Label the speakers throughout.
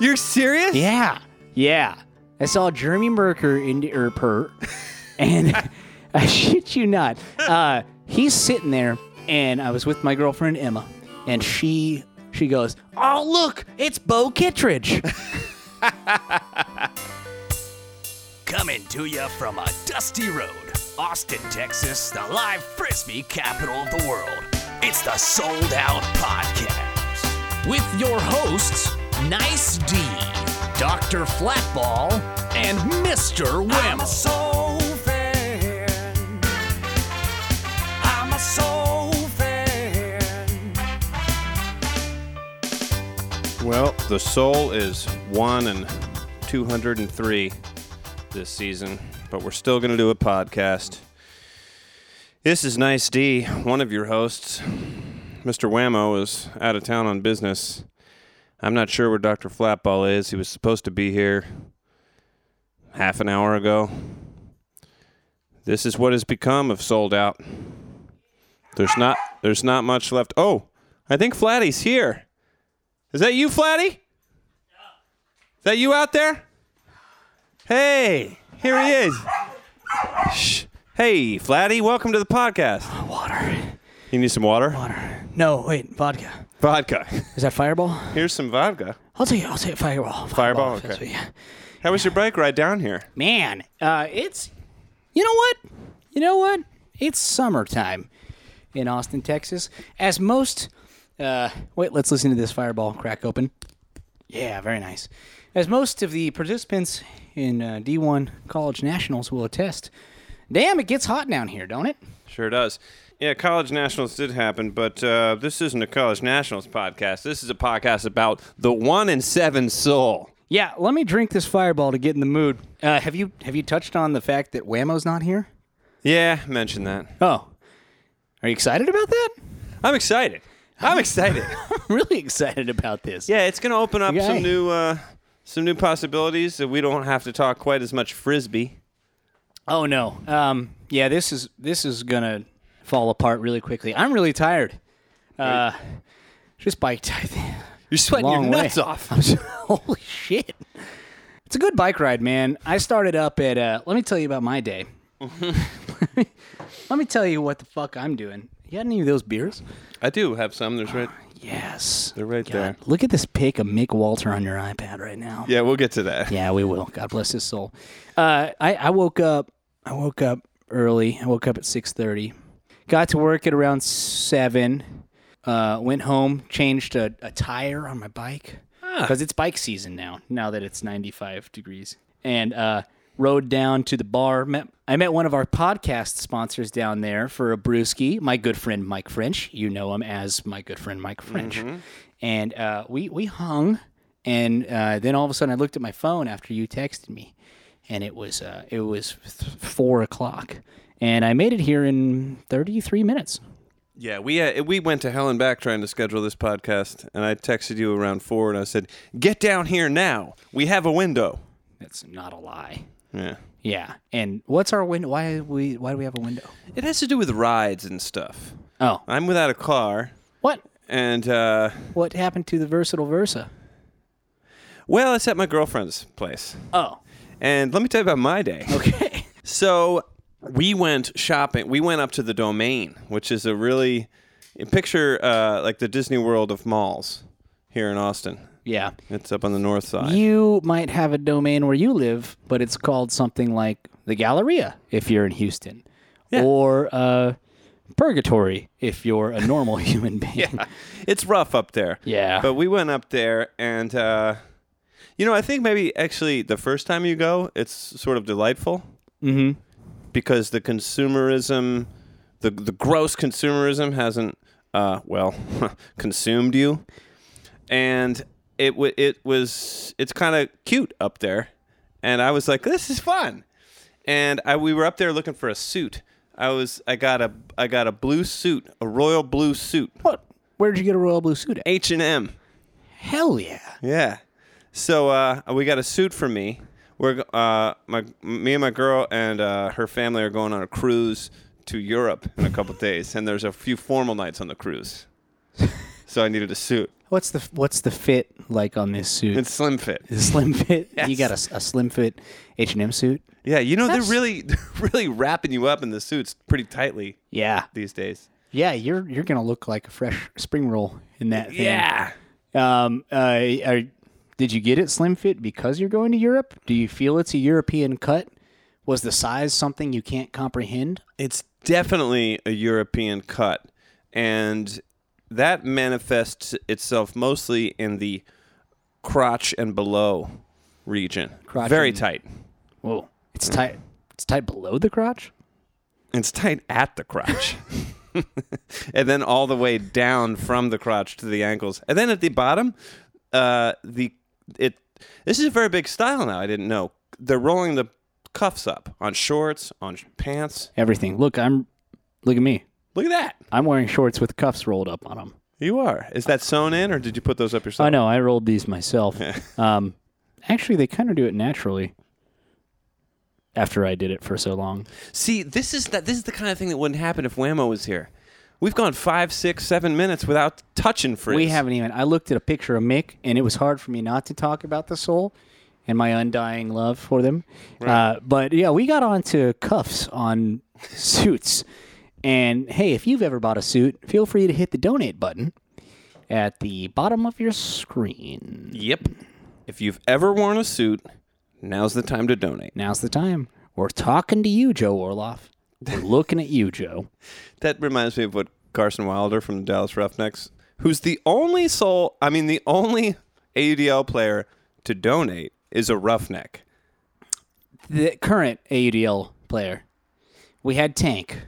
Speaker 1: You're serious?
Speaker 2: Yeah, yeah. I saw Jeremy Merker in or per, and I shit you not, uh, he's sitting there, and I was with my girlfriend Emma, and she she goes, "Oh look, it's Bo Kittredge."
Speaker 3: Coming to you from a dusty road, Austin, Texas, the live frisbee capital of the world. It's the Sold Out Podcast with your hosts, Nice D, Dr. Flatball, and Mr. Wim.
Speaker 4: Well, the soul is one and two hundred and three this season, but we're still going to do a podcast. This is Nice D, one of your hosts. Mr. Whammo is out of town on business. I'm not sure where Dr. Flatball is. He was supposed to be here half an hour ago. This is what has become of sold out. There's not there's not much left. Oh, I think Flatty's here. Is that you, Flatty? Is that you out there? Hey, here he is. Shh. Hey, Flatty, welcome to the podcast.
Speaker 2: Water,
Speaker 4: You need some water?
Speaker 2: water. No, wait, vodka.
Speaker 4: Vodka.
Speaker 2: Is that Fireball?
Speaker 4: Here's some vodka.
Speaker 2: I'll take I'll take Fireball.
Speaker 4: Fireball,
Speaker 2: if that's what
Speaker 4: okay.
Speaker 2: you-
Speaker 4: How was your bike ride down here?
Speaker 2: Man, uh, it's you know what? You know what? It's summertime in Austin, Texas. As most uh, wait, let's listen to this fireball crack open. Yeah, very nice. As most of the participants in uh, D1 college nationals will attest, damn, it gets hot down here, don't it?
Speaker 4: Sure does. Yeah, college nationals did happen, but uh, this isn't a college nationals podcast. This is a podcast about the one in seven soul.
Speaker 2: Yeah, let me drink this fireball to get in the mood. Uh, have you have you touched on the fact that Whammo's not here?
Speaker 4: Yeah, mention that.
Speaker 2: Oh, are you excited about that?
Speaker 4: I'm excited. I'm excited.
Speaker 2: I'm really excited about this.
Speaker 4: Yeah, it's going to open up
Speaker 2: Okay.
Speaker 4: some new uh, some new possibilities that we don't have to talk quite as much frisbee.
Speaker 2: Oh no. Um, yeah, this is this is gonna fall apart really quickly. I'm really tired. Uh, just biked. I think.
Speaker 4: You're sweating
Speaker 2: Long
Speaker 4: your
Speaker 2: way.
Speaker 4: nuts off.
Speaker 2: I'm so- holy shit! It's a good bike ride, man. I started up at. Uh, let me tell you about my day. let me tell you what the fuck I'm doing. You got any of those beers?
Speaker 4: I do have some. There's right.
Speaker 2: Yes.
Speaker 4: They're right there.
Speaker 2: Look at this pic of Mick Walter on your iPad right now.
Speaker 4: Yeah, we'll get to that.
Speaker 2: Yeah, we will. God bless his soul. Uh, I, I woke up. I woke up early. I woke up at six thirty. Got to work at around seven. Uh, went home, changed a, a tire on my bike because it's bike season now. Now that it's ninety five degrees, and uh, rode down to the bar. Met, I met one of our podcast sponsors down there for a brewski. My good friend Mike French. You know him as my good friend Mike French. And uh, we we hung. And uh, then all of a sudden, I looked at my phone after you texted me, and it was uh, it was th- four o'clock, and I made it here in thirty three minutes.
Speaker 4: Yeah, we uh, we went to hell and back trying to schedule this podcast, and I texted you around four, and I said, "Get down here now. We have a window."
Speaker 2: That's not a lie.
Speaker 4: Yeah.
Speaker 2: Yeah. And what's our window? Why we why do we have a window?
Speaker 4: It has to do with rides and stuff.
Speaker 2: Oh,
Speaker 4: I'm without a car,
Speaker 2: what
Speaker 4: and uh,
Speaker 2: what happened to the versatile Versa?
Speaker 4: well, it's at my girlfriend's place.
Speaker 2: Oh,
Speaker 4: And let me tell you about my day.
Speaker 2: okay.
Speaker 4: So we went shopping. We went up to the Domain, which is a really picture uh, like the Disney World of malls here in Austin.
Speaker 2: yeah.
Speaker 4: It's up on the north side.
Speaker 2: You might have a domain where you live, but it's called something like the Galleria if you're in Houston, or uh, Purgatory if you're a normal human being.
Speaker 4: It's rough up there.
Speaker 2: Yeah.
Speaker 4: But we went up there, and uh, you know, I think maybe actually the first time you go, it's sort of delightful
Speaker 2: Mm-hmm.
Speaker 4: because the consumerism, the the gross consumerism hasn't uh, well consumed you, and it w- it was it's kind of cute up there, and I was like, this is fun, and I we were up there looking for a suit. I was I got a I got a blue suit, a royal blue suit,
Speaker 2: What? Where did you get a royal blue suit at?
Speaker 4: H and M.
Speaker 2: Hell yeah.
Speaker 4: Yeah. So uh, we got a suit for me. We're go- uh, my me and my girl and uh, her family are going on a cruise to Europe in a couple days, and there's a few formal nights on the cruise. So I needed a suit.
Speaker 2: What's the what's the fit like on this suit?
Speaker 4: It's slim fit.
Speaker 2: the slim fit. You
Speaker 4: Yes.
Speaker 2: got a s- a, slim fit H and M suit.
Speaker 4: Yeah, you know
Speaker 2: That's-
Speaker 4: they're really they're really wrapping you up in the suits pretty tightly
Speaker 2: Yeah,
Speaker 4: these days.
Speaker 2: yeah. You're you're gonna look like a fresh spring roll in that. Thing.
Speaker 4: Yeah.
Speaker 2: Um. Uh. Are, did you get it slim fit because you're going to Europe? Do you feel it's a European cut? Was the size something you can't comprehend?
Speaker 4: It's definitely a European cut, and that manifests itself mostly in the crotch and below region.
Speaker 2: Crotch
Speaker 4: Very
Speaker 2: and-
Speaker 4: tight.
Speaker 2: Whoa, it's tight. It's tight below the crotch.
Speaker 4: It's tight at the crotch. and then all the way down from the crotch to the ankles. And then at the bottom, uh, the it this is a very big style now. I didn't know. They're rolling the cuffs up on shorts, on sh- pants.
Speaker 2: Everything. Look, I'm. Look at me.
Speaker 4: Look at that.
Speaker 2: I'm wearing shorts with cuffs rolled up on them.
Speaker 4: You are. Is that sewn in or did you put those up yourself?
Speaker 2: Oh no, I rolled these myself. um, actually, they kind of do it naturally. After I did it for so long,
Speaker 4: See, this is that this is the kind of thing that wouldn't happen if Whammo was here. We've gone five, six, seven minutes without touching frizz.
Speaker 2: we haven't even. I looked at a picture of Mick, and it was hard for me not to talk about the soul and my undying love for them. Uh, but yeah, we got onto cuffs on suits. And hey, if you've ever bought a suit, feel free to hit the donate button at the bottom of your screen.
Speaker 4: Yep. If you've ever worn a suit, now's the time to donate.
Speaker 2: Now's the time. We're talking to you, Joe Orloff. We're looking at you, Joe.
Speaker 4: That reminds me of what Carson Wilder from the Dallas Roughnecks, who's the only soul, I mean, the only AUDL player to donate is a roughneck.
Speaker 2: The current AUDL player. We had Tank.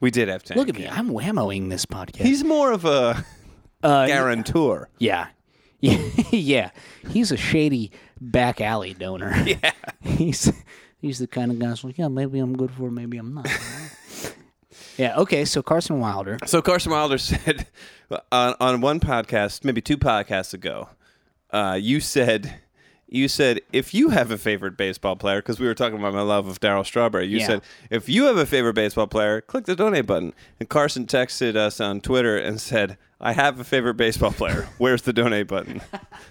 Speaker 4: We did have Tank.
Speaker 2: Look at me. I'm whammoing this podcast.
Speaker 4: He's more of a
Speaker 2: Uh,
Speaker 4: guarantor.
Speaker 2: yeah. yeah. He's a shady back alley donor. Yeah. He's he's the kind of guy who's like, yeah, maybe I'm good for it, maybe I'm not. yeah, okay, so Carson Wilder.
Speaker 4: So Carson Wilder said on, on one podcast, maybe two podcasts ago, uh, you said. You said if you have a favorite baseball player, because we were talking about my love of Daryl Strawberry. You
Speaker 2: Yeah.
Speaker 4: said if you have a favorite baseball player, click the donate button. And Carson texted us on Twitter and said, "I have a favorite baseball player. Where's the donate button?"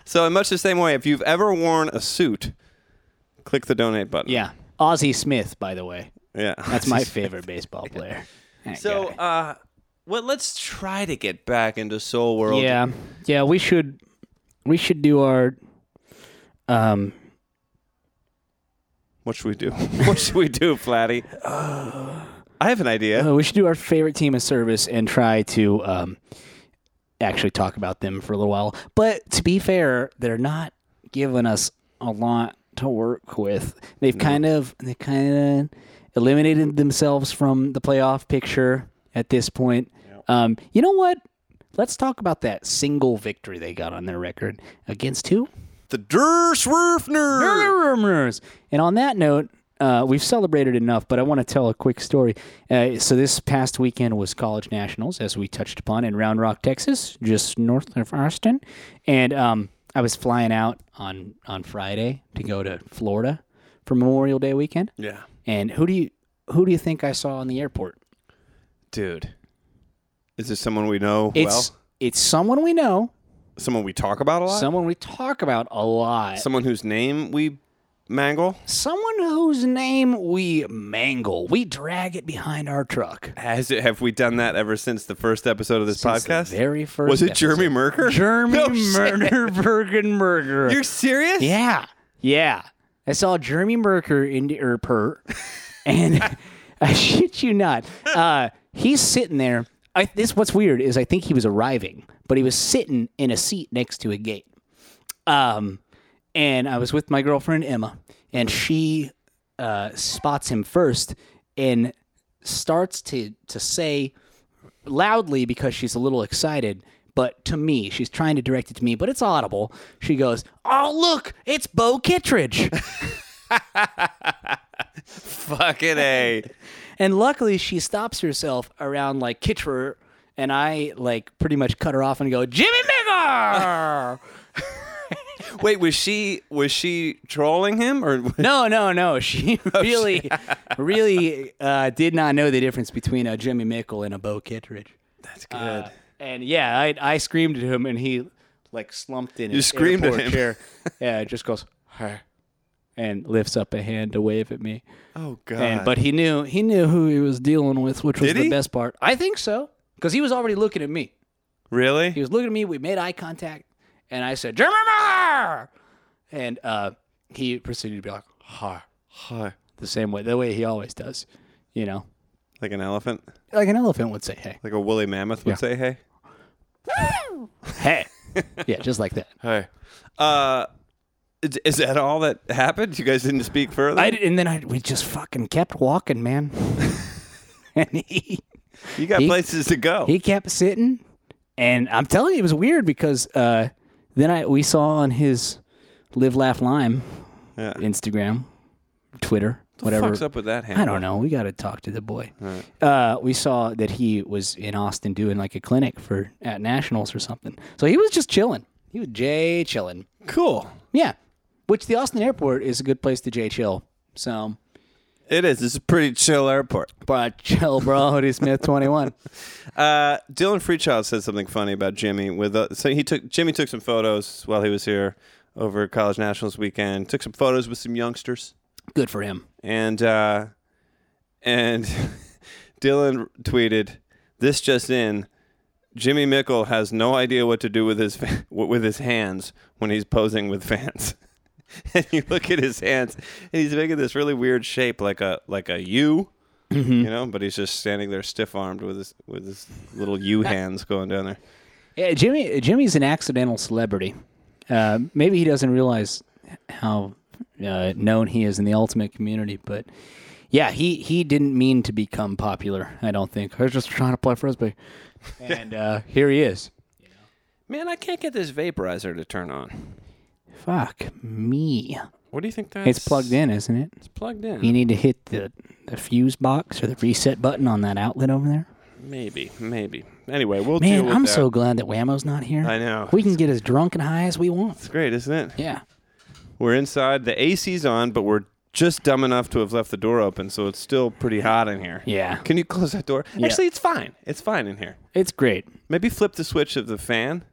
Speaker 4: so in much the same way, if you've ever worn a suit, click the donate button.
Speaker 2: Yeah. Ozzie Smith, by the way.
Speaker 4: yeah,
Speaker 2: That's my favorite baseball player. That
Speaker 4: So,
Speaker 2: guy.
Speaker 4: uh, well, let's try to get back into Soul World.
Speaker 2: Yeah, yeah. We should we should do our um.
Speaker 4: What should we do? what should we do, Flatty? I have an idea.
Speaker 2: uh, we should do our favorite team of service and try to um actually talk about them for a little while. But to be fair, they're not giving us a lot to work with. They've kind of they kind of eliminated themselves from the playoff picture at this point. Um, you know what? Let's talk about that single victory they got on their record against who?
Speaker 4: The Der Swerfner.
Speaker 2: Rumors. And on that note, uh, we've celebrated enough, but I want to tell a quick story. Uh, so this past weekend was college nationals, as we touched upon in Round Rock, Texas, just north of Austin, and um, I was flying out on on Friday to go to Florida for Memorial Day weekend.
Speaker 4: Yeah,
Speaker 2: And who do you who do you think I saw in the airport?
Speaker 4: dude. Is this someone we know
Speaker 2: It's it's someone we know,
Speaker 4: well? Someone we talk about a lot.
Speaker 2: someone we talk about a lot,
Speaker 4: someone whose name we mangle.
Speaker 2: someone whose name we mangle, we drag it behind our truck.
Speaker 4: Has it? Have we done that ever since the first episode of this
Speaker 2: Since the
Speaker 4: podcast?
Speaker 2: very first.
Speaker 4: Was it
Speaker 2: episode.
Speaker 4: Jeremy Merker?
Speaker 2: Jeremy
Speaker 4: No shit.
Speaker 2: Murder Bergen Murder.
Speaker 4: You're serious?
Speaker 2: yeah, yeah. I saw Jeremy Merker in the airport, and I shit you not, uh, he's sitting there. I, this what's weird is I think he was arriving, but he was sitting in a seat next to a gate. Um, and I was with my girlfriend Emma, and she uh, spots him first and starts to to say loudly because she's a little excited, but to me, she's trying to direct it to me, but it's audible. She goes, "Oh look, it's Bo Kittredge,"
Speaker 4: Fucking a.
Speaker 2: and luckily she stops herself around like Kittredge, and I like pretty much cut her off and go, "Jimmy Bigger."
Speaker 4: Wait, was she was she trolling him or?
Speaker 2: No, no, no. She
Speaker 4: Oh,
Speaker 2: really, really uh, did not know the difference between a Jimmy Mickle and a Bo Kittredge.
Speaker 4: That's good.
Speaker 2: And yeah, I, I screamed at him, and he like slumped in
Speaker 4: You
Speaker 2: his
Speaker 4: screamed at
Speaker 2: airport
Speaker 4: him.
Speaker 2: chair. Yeah, it just goes "Huh," and lifts up a hand to wave at me.
Speaker 4: Oh God!
Speaker 2: And but he knew he knew who he was dealing with, which was
Speaker 4: Did
Speaker 2: the
Speaker 4: he?
Speaker 2: best part. I think so, because he was already looking at me.
Speaker 4: really,
Speaker 2: He was looking at me. We made eye contact, and I said "Jeremiah," and uh, he proceeded to be like "Har,"
Speaker 4: Hi.
Speaker 2: the same way, the way he always does, you know,
Speaker 4: like an elephant,
Speaker 2: like an elephant would say "Hey,
Speaker 4: like a woolly mammoth would
Speaker 2: Yeah.
Speaker 4: say, "Hey,
Speaker 2: hey," yeah, just like that.
Speaker 4: hey." Uh, is, is that all that happened? You guys didn't speak further.
Speaker 2: I, and then I we just fucking kept walking, man. and he
Speaker 4: you got
Speaker 2: he-
Speaker 4: places to go.
Speaker 2: he kept sitting, and I'm telling you, it was weird because uh, then I we saw on his live laugh lime
Speaker 4: yeah.
Speaker 2: Instagram, Twitter,
Speaker 4: What
Speaker 2: whatever.
Speaker 4: the fuck's up with that hand?
Speaker 2: I don't know. We got to talk to the boy. Uh, we saw that he was in Austin doing like a clinic for at nationals or something. So he was just chilling. He was Jay chilling.
Speaker 4: Cool.
Speaker 2: Yeah, which the Austin airport is a good place to Jay chill. So.
Speaker 4: It is. It's a pretty chill airport.
Speaker 2: Bro, chill, bro. Hoodie Smith, twenty-one.
Speaker 4: Uh, Dylan Freechild said something funny about Jimmy. With uh, so he took Jimmy took some photos while he was here over college nationals weekend. Took some photos with some youngsters.
Speaker 2: Good for him.
Speaker 4: and uh, and Dylan tweeted, "This just in: Jimmy Mickle has no idea what to do with his fa- with his hands when he's posing with fans." and you look at his hands, and he's making this really weird shape, like a like a U, you know. But he's just standing there, stiff armed with his with his little U hands going down there.
Speaker 2: Yeah, Jimmy. Jimmy's an accidental celebrity. Uh, maybe he doesn't realize how uh, known he is in the ultimate community, but yeah, he he didn't mean to become popular. I don't think. I was just trying to play frisbee, and uh, here he is.
Speaker 4: Man, I can't get this vaporizer to turn on.
Speaker 2: Fuck me.
Speaker 4: What do you think that's?
Speaker 2: It's plugged in, isn't it?
Speaker 4: It's plugged in.
Speaker 2: You need to hit the the fuse box or the reset button on that outlet over there.
Speaker 4: Maybe, maybe. Anyway, we'll deal
Speaker 2: Man,
Speaker 4: with
Speaker 2: I'm
Speaker 4: that.
Speaker 2: so glad that Whammo's not here.
Speaker 4: I know.
Speaker 2: We can get as drunk and high as we want.
Speaker 4: It's great, isn't it?
Speaker 2: Yeah.
Speaker 4: We're inside. The AC's on, but we're just dumb enough to have left the door open, so it's still pretty hot in here.
Speaker 2: Yeah.
Speaker 4: Can you close that door? Actually, it's fine. It's fine in here.
Speaker 2: It's great.
Speaker 4: Maybe flip the switch of the fan.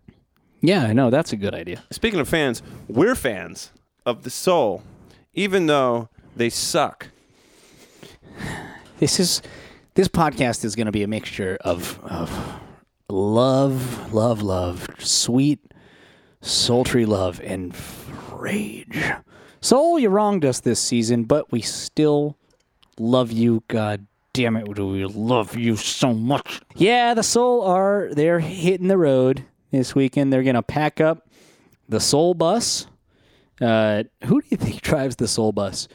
Speaker 2: Yeah, I know. That's a good idea.
Speaker 4: Speaking of fans, we're fans of the Soul, even though they suck.
Speaker 2: This is this podcast is going to be a mixture of of love, love, love, sweet, sultry love, and rage. Soul, you wronged us this season, but we still love you. God damn it, do we love you so much? Yeah, the Soul are they're hitting the road this weekend. They're going to pack up the Soul bus. Uh, who do you think drives the Soul bus?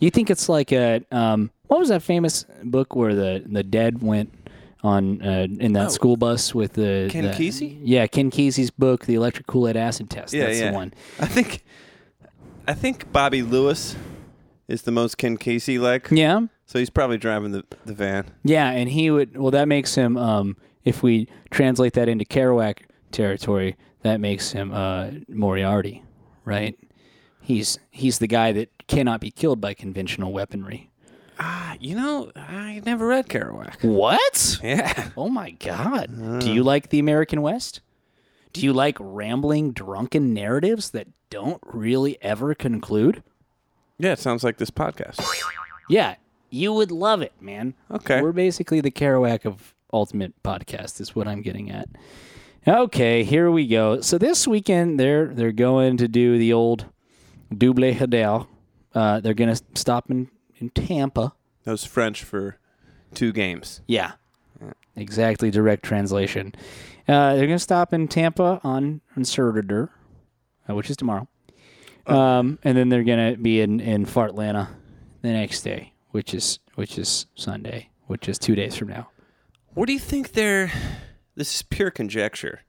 Speaker 2: You think it's like a um, what was that famous book where the the dead went on uh, in that school bus with the
Speaker 4: Ken
Speaker 2: the-
Speaker 4: Kesey?
Speaker 2: Yeah, Ken Kesey's book, The Electric Kool Aid Acid Test.
Speaker 4: Yeah,
Speaker 2: That's
Speaker 4: yeah.
Speaker 2: the one.
Speaker 4: I think, I think Bobby Lewis is the most Ken Casey like.
Speaker 2: Yeah,
Speaker 4: So he's probably driving the, the van.
Speaker 2: yeah, and he would. Well, that makes him. Um, if we translate that into Kerouac territory, that makes him uh, Moriarty, right? He's he's the guy that cannot be killed by conventional weaponry.
Speaker 4: You know, I never read Kerouac.
Speaker 2: What?
Speaker 4: Yeah.
Speaker 2: Oh my God! Do you like the American West? Do you like rambling, drunken narratives that don't really ever conclude?
Speaker 4: Yeah, it sounds like this podcast.
Speaker 2: Yeah, you would love it, man.
Speaker 4: Okay.
Speaker 2: We're basically the Kerouac of Ultimate Podcast, is what I'm getting at. Okay, here we go. So this weekend they're they're going to do the old double header. Uh, they're gonna stop in, in Tampa.
Speaker 4: That was French for two games.
Speaker 2: Yeah. Exactly, direct translation. Uh, they're gonna stop in Tampa on on Saturday, uh, which is tomorrow, um, and then they're gonna be in in Fartlanta the next day, which is which is Sunday, which is two days from now.
Speaker 4: What do you think they're? This is pure conjecture.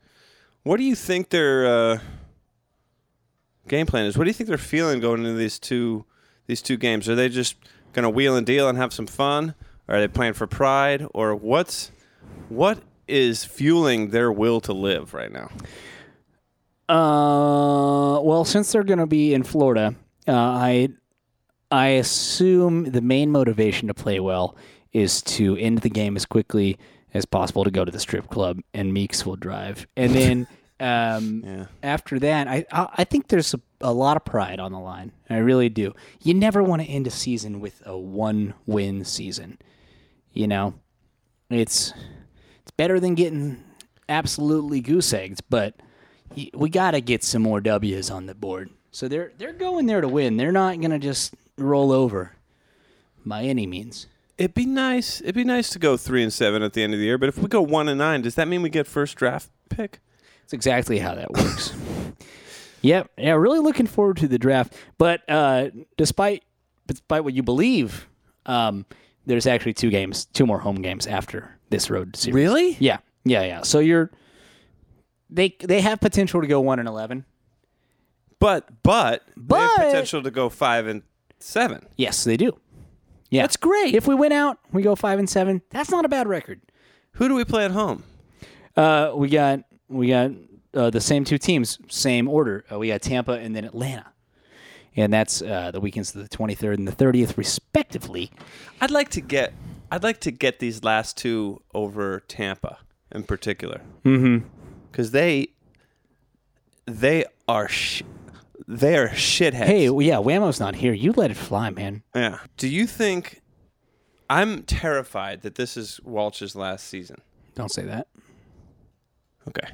Speaker 4: What do you think their uh, game plan is? What do you think they're feeling going into these two these two games? Are they just gonna wheel and deal and have some fun? Are they playing for pride, or what's what is fueling their will to live right now?
Speaker 2: Uh, well, since they're gonna be in Florida, uh, I I assume the main motivation to play well is to end the game as quickly as possible to go to the strip club and Meeks will drive, and then Um,
Speaker 4: Yeah.
Speaker 2: After that, I I, I think there's a, a lot of pride on the line. I really do. You never want to end a season with a one win season. You know, it's it's better than getting absolutely goose egged, but y- we got to get some more W's on the board. So they're they're going there to win. They're not gonna just roll over by any means.
Speaker 4: It'd be nice. It'd be nice to go three and seven at the end of the year. But if we go one and nine, does that mean we get first draft pick?
Speaker 2: That's exactly how that works. yep. Yeah, really looking forward to the draft. But uh, despite despite what you believe, um, there's actually two games, two more home games after this road series.
Speaker 4: Really?
Speaker 2: Yeah. Yeah, yeah. So you're they they have potential to go 1 and 11.
Speaker 4: But but they have
Speaker 2: But-
Speaker 4: potential to go five and seven.
Speaker 2: Yes, they do. Yeah.
Speaker 4: That's great.
Speaker 2: If we win out, we go 5 and 7. That's not a bad record.
Speaker 4: Who do we play at home?
Speaker 2: Uh, we got we got uh, the same two teams, same order. Uh, we got Tampa and then Atlanta, and that's uh, the weekends of the 23rd and the 30th, respectively.
Speaker 4: I'd like to get. I'd like to get these last two over Tampa in particular. Mm-hmm. Because they they are sh- they are shitheads.
Speaker 2: Hey, well, yeah, Whammo's not here. You let it fly, man.
Speaker 4: Yeah. Do you think? I'm terrified that this is Walsh's last season.
Speaker 2: Don't say that.
Speaker 4: Okay.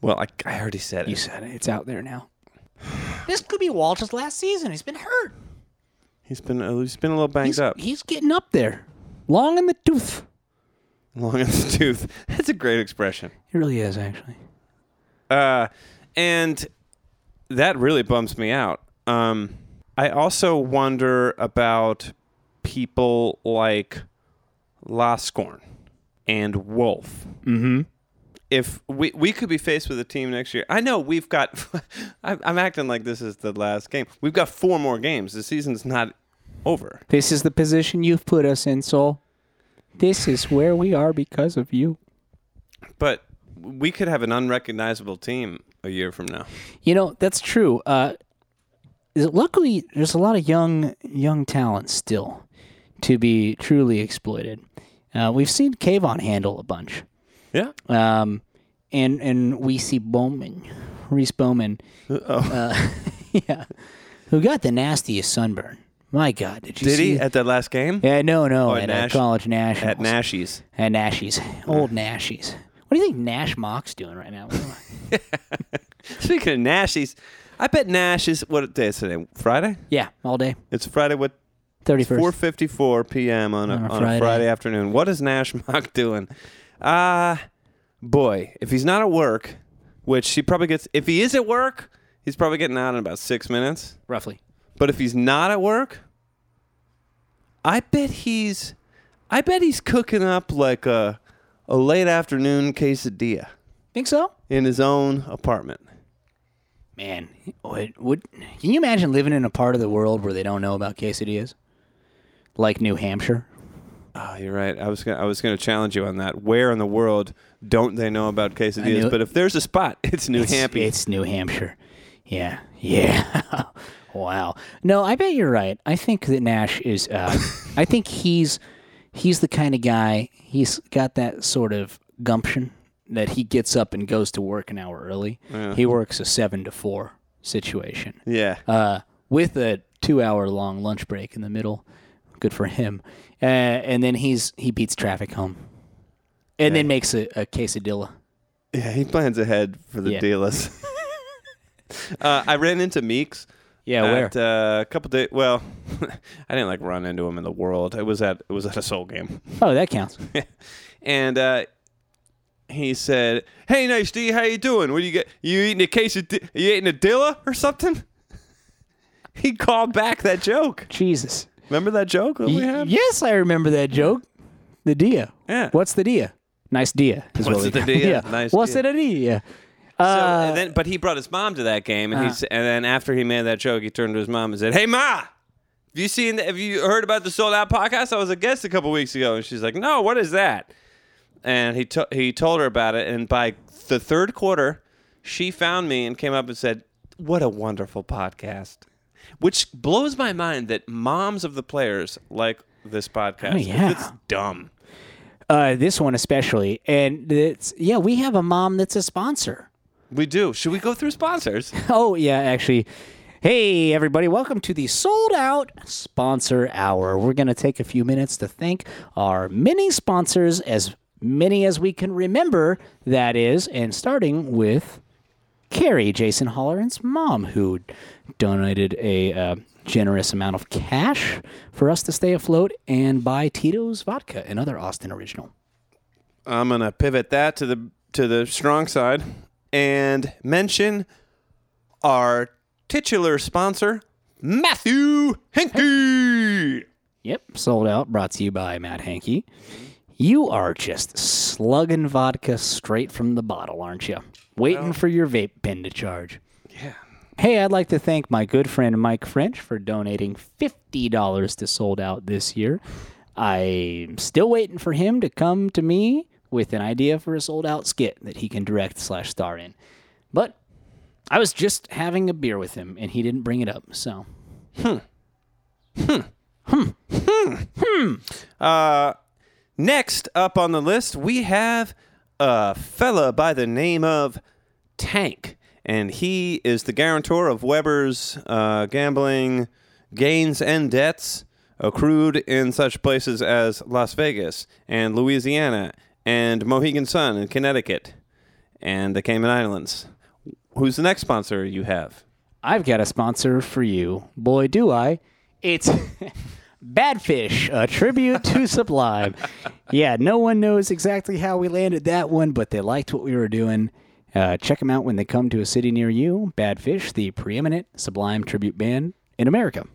Speaker 4: Well, I, I already said it.
Speaker 2: You said it. It's out there now. This could be Walsh's last season. He's been hurt.
Speaker 4: He's been a- he's been a little banged
Speaker 2: He's,
Speaker 4: up,
Speaker 2: he's getting up there, long in the tooth.
Speaker 4: long in the tooth. That's a great expression.
Speaker 2: He really is, actually.
Speaker 4: Uh, and that really bums me out. Um, I also wonder about people like Lascorn and Wolf. Mm-hmm. If we, we could be faced with a team next year, I know we've got. I'm I'm acting like this is the last game. We've got four more games. The season's not over.
Speaker 2: This is the position you've put us in, Soul. This is where we are because of you.
Speaker 4: But we could have an unrecognizable team a year from now.
Speaker 2: You know, that's true. Uh, luckily, there's a lot of young young talent still to be truly exploited. Uh, we've seen Kayvon handle a bunch,
Speaker 4: Yeah.
Speaker 2: um, and and we see Bowman, Reese Bowman, Uh, yeah, who got the nastiest sunburn. My God, did you
Speaker 4: Did
Speaker 2: see?
Speaker 4: he at that last game?
Speaker 2: yeah, no, no,
Speaker 4: Oh, at
Speaker 2: at,
Speaker 4: Nash-
Speaker 2: uh, college nationals
Speaker 4: At Nashie's.
Speaker 2: at Nashie's, old Nashie's. What do you think Nash Mock's doing right now?
Speaker 4: Speaking of Nash's, I bet Nash is what day is today? Friday?
Speaker 2: yeah, all day,
Speaker 4: It's Friday. What?
Speaker 2: thirty
Speaker 4: Four
Speaker 2: first.
Speaker 4: fifty-four p.m. on a, on, a Friday. afternoon. What is Nash Mock doing? Uh boy, if he's not at work, which he probably gets. If he is at work, he's probably getting out in about six minutes.
Speaker 2: roughly.
Speaker 4: But if he's not at work, I bet he's, I bet he's cooking up like a, a late afternoon quesadilla
Speaker 2: Think so?
Speaker 4: in his own apartment.
Speaker 2: Man, what would can you imagine living in a part of the world where they don't know about quesadillas? Like New Hampshire?
Speaker 4: Oh, you're right. I was gonna, I was going to challenge you on that. Where in the world don't they know about
Speaker 2: knew
Speaker 4: quesadillas?
Speaker 2: it.
Speaker 4: But if there's a spot, it's New
Speaker 2: It's-
Speaker 4: Hampshire.
Speaker 2: It's New Hampshire. Yeah. Yeah. wow. No, I bet you're right. I think that Nash is uh I think he's he's the kind of guy he's got that sort of gumption that he gets up and goes to work an hour early. He works a 7 to 4 situation.
Speaker 4: yeah.
Speaker 2: uh, with a two-hour-long lunch break in the middle. Good for him. Uh, and then he's he beats traffic home, and then makes a, a quesadilla.
Speaker 4: yeah. He plans ahead for the
Speaker 2: yeah.
Speaker 4: dealers. uh, I ran into Meeks.
Speaker 2: Yeah,
Speaker 4: at, Uh, a couple days. Well, I didn't like run into him in the world. It was at it was at a soul game,
Speaker 2: Oh, that counts.
Speaker 4: and uh, he said, "Hey, nice D, how you doing? What do you get? You eating a case of? Di- you eating a dilla or something?" He called back that joke.
Speaker 2: Jesus.
Speaker 4: Remember that joke Oh, that we
Speaker 2: Y-
Speaker 4: had?
Speaker 2: yes, I remember that joke. The dia.
Speaker 4: Yeah.
Speaker 2: What's the dia? Nice dia. is what
Speaker 4: What's
Speaker 2: we-
Speaker 4: the dia?
Speaker 2: yeah.
Speaker 4: Nice
Speaker 2: What's
Speaker 4: dia.
Speaker 2: the dia?
Speaker 4: So,
Speaker 2: Uh,
Speaker 4: and then, but he brought his mom to that game, and he s and then after he made that joke, he turned to his mom and said, "Hey, ma." Have you seen? Have you heard about the Sold Out podcast? I was a guest a couple weeks ago, and she's like, "No, what is that?" And he to- he told her about it, and by the third quarter, she found me and came up and said, "What a wonderful podcast," which blows my mind that moms of the players like this podcast.
Speaker 2: Oh, yeah.
Speaker 4: it's dumb.
Speaker 2: Uh, this one especially, and it's yeah, we have a mom that's a sponsor.
Speaker 4: We do. Should we go through sponsors?
Speaker 2: Oh yeah, actually. Hey everybody, welcome to the sold out sponsor hour. We're gonna take a few minutes to thank our many sponsors, as many as we can remember. That is, and starting with Carrie, Jason Holleran's mom, who donated a uh, generous amount of cash for us to stay afloat and buy Tito's vodka, another Austin original.
Speaker 4: I'm gonna pivot that to the to the strong side and mention our titular sponsor, Matthew Henke.
Speaker 2: Yep, sold out. Brought to you by Matt Hankey. You are just slugging vodka straight from the bottle, aren't you? Waiting for your vape pen to charge.
Speaker 4: Yeah.
Speaker 2: Hey, I'd like to thank my good friend Mike French for donating $50 to Sold Out this year. I'm still waiting for him to come to me with an idea for a sold out skit that he can direct slash star in. But I was just having a beer with him and he didn't bring it up, so
Speaker 4: Uh, Next up on the list, we have a fella by the name of Tank, and he is the guarantor of Weber's uh, gambling gains and debts accrued in such places as Las Vegas and Louisiana and Mohegan Sun in Connecticut and the Cayman Islands. Who's the next sponsor you have?
Speaker 2: I've got a sponsor for you. Boy, do I. It's Badfish, a tribute to Sublime. Yeah, no one knows exactly how we landed that one, but they liked what we were doing. Uh, check them out when they come to a city near you. Badfish, the preeminent Sublime tribute band in America.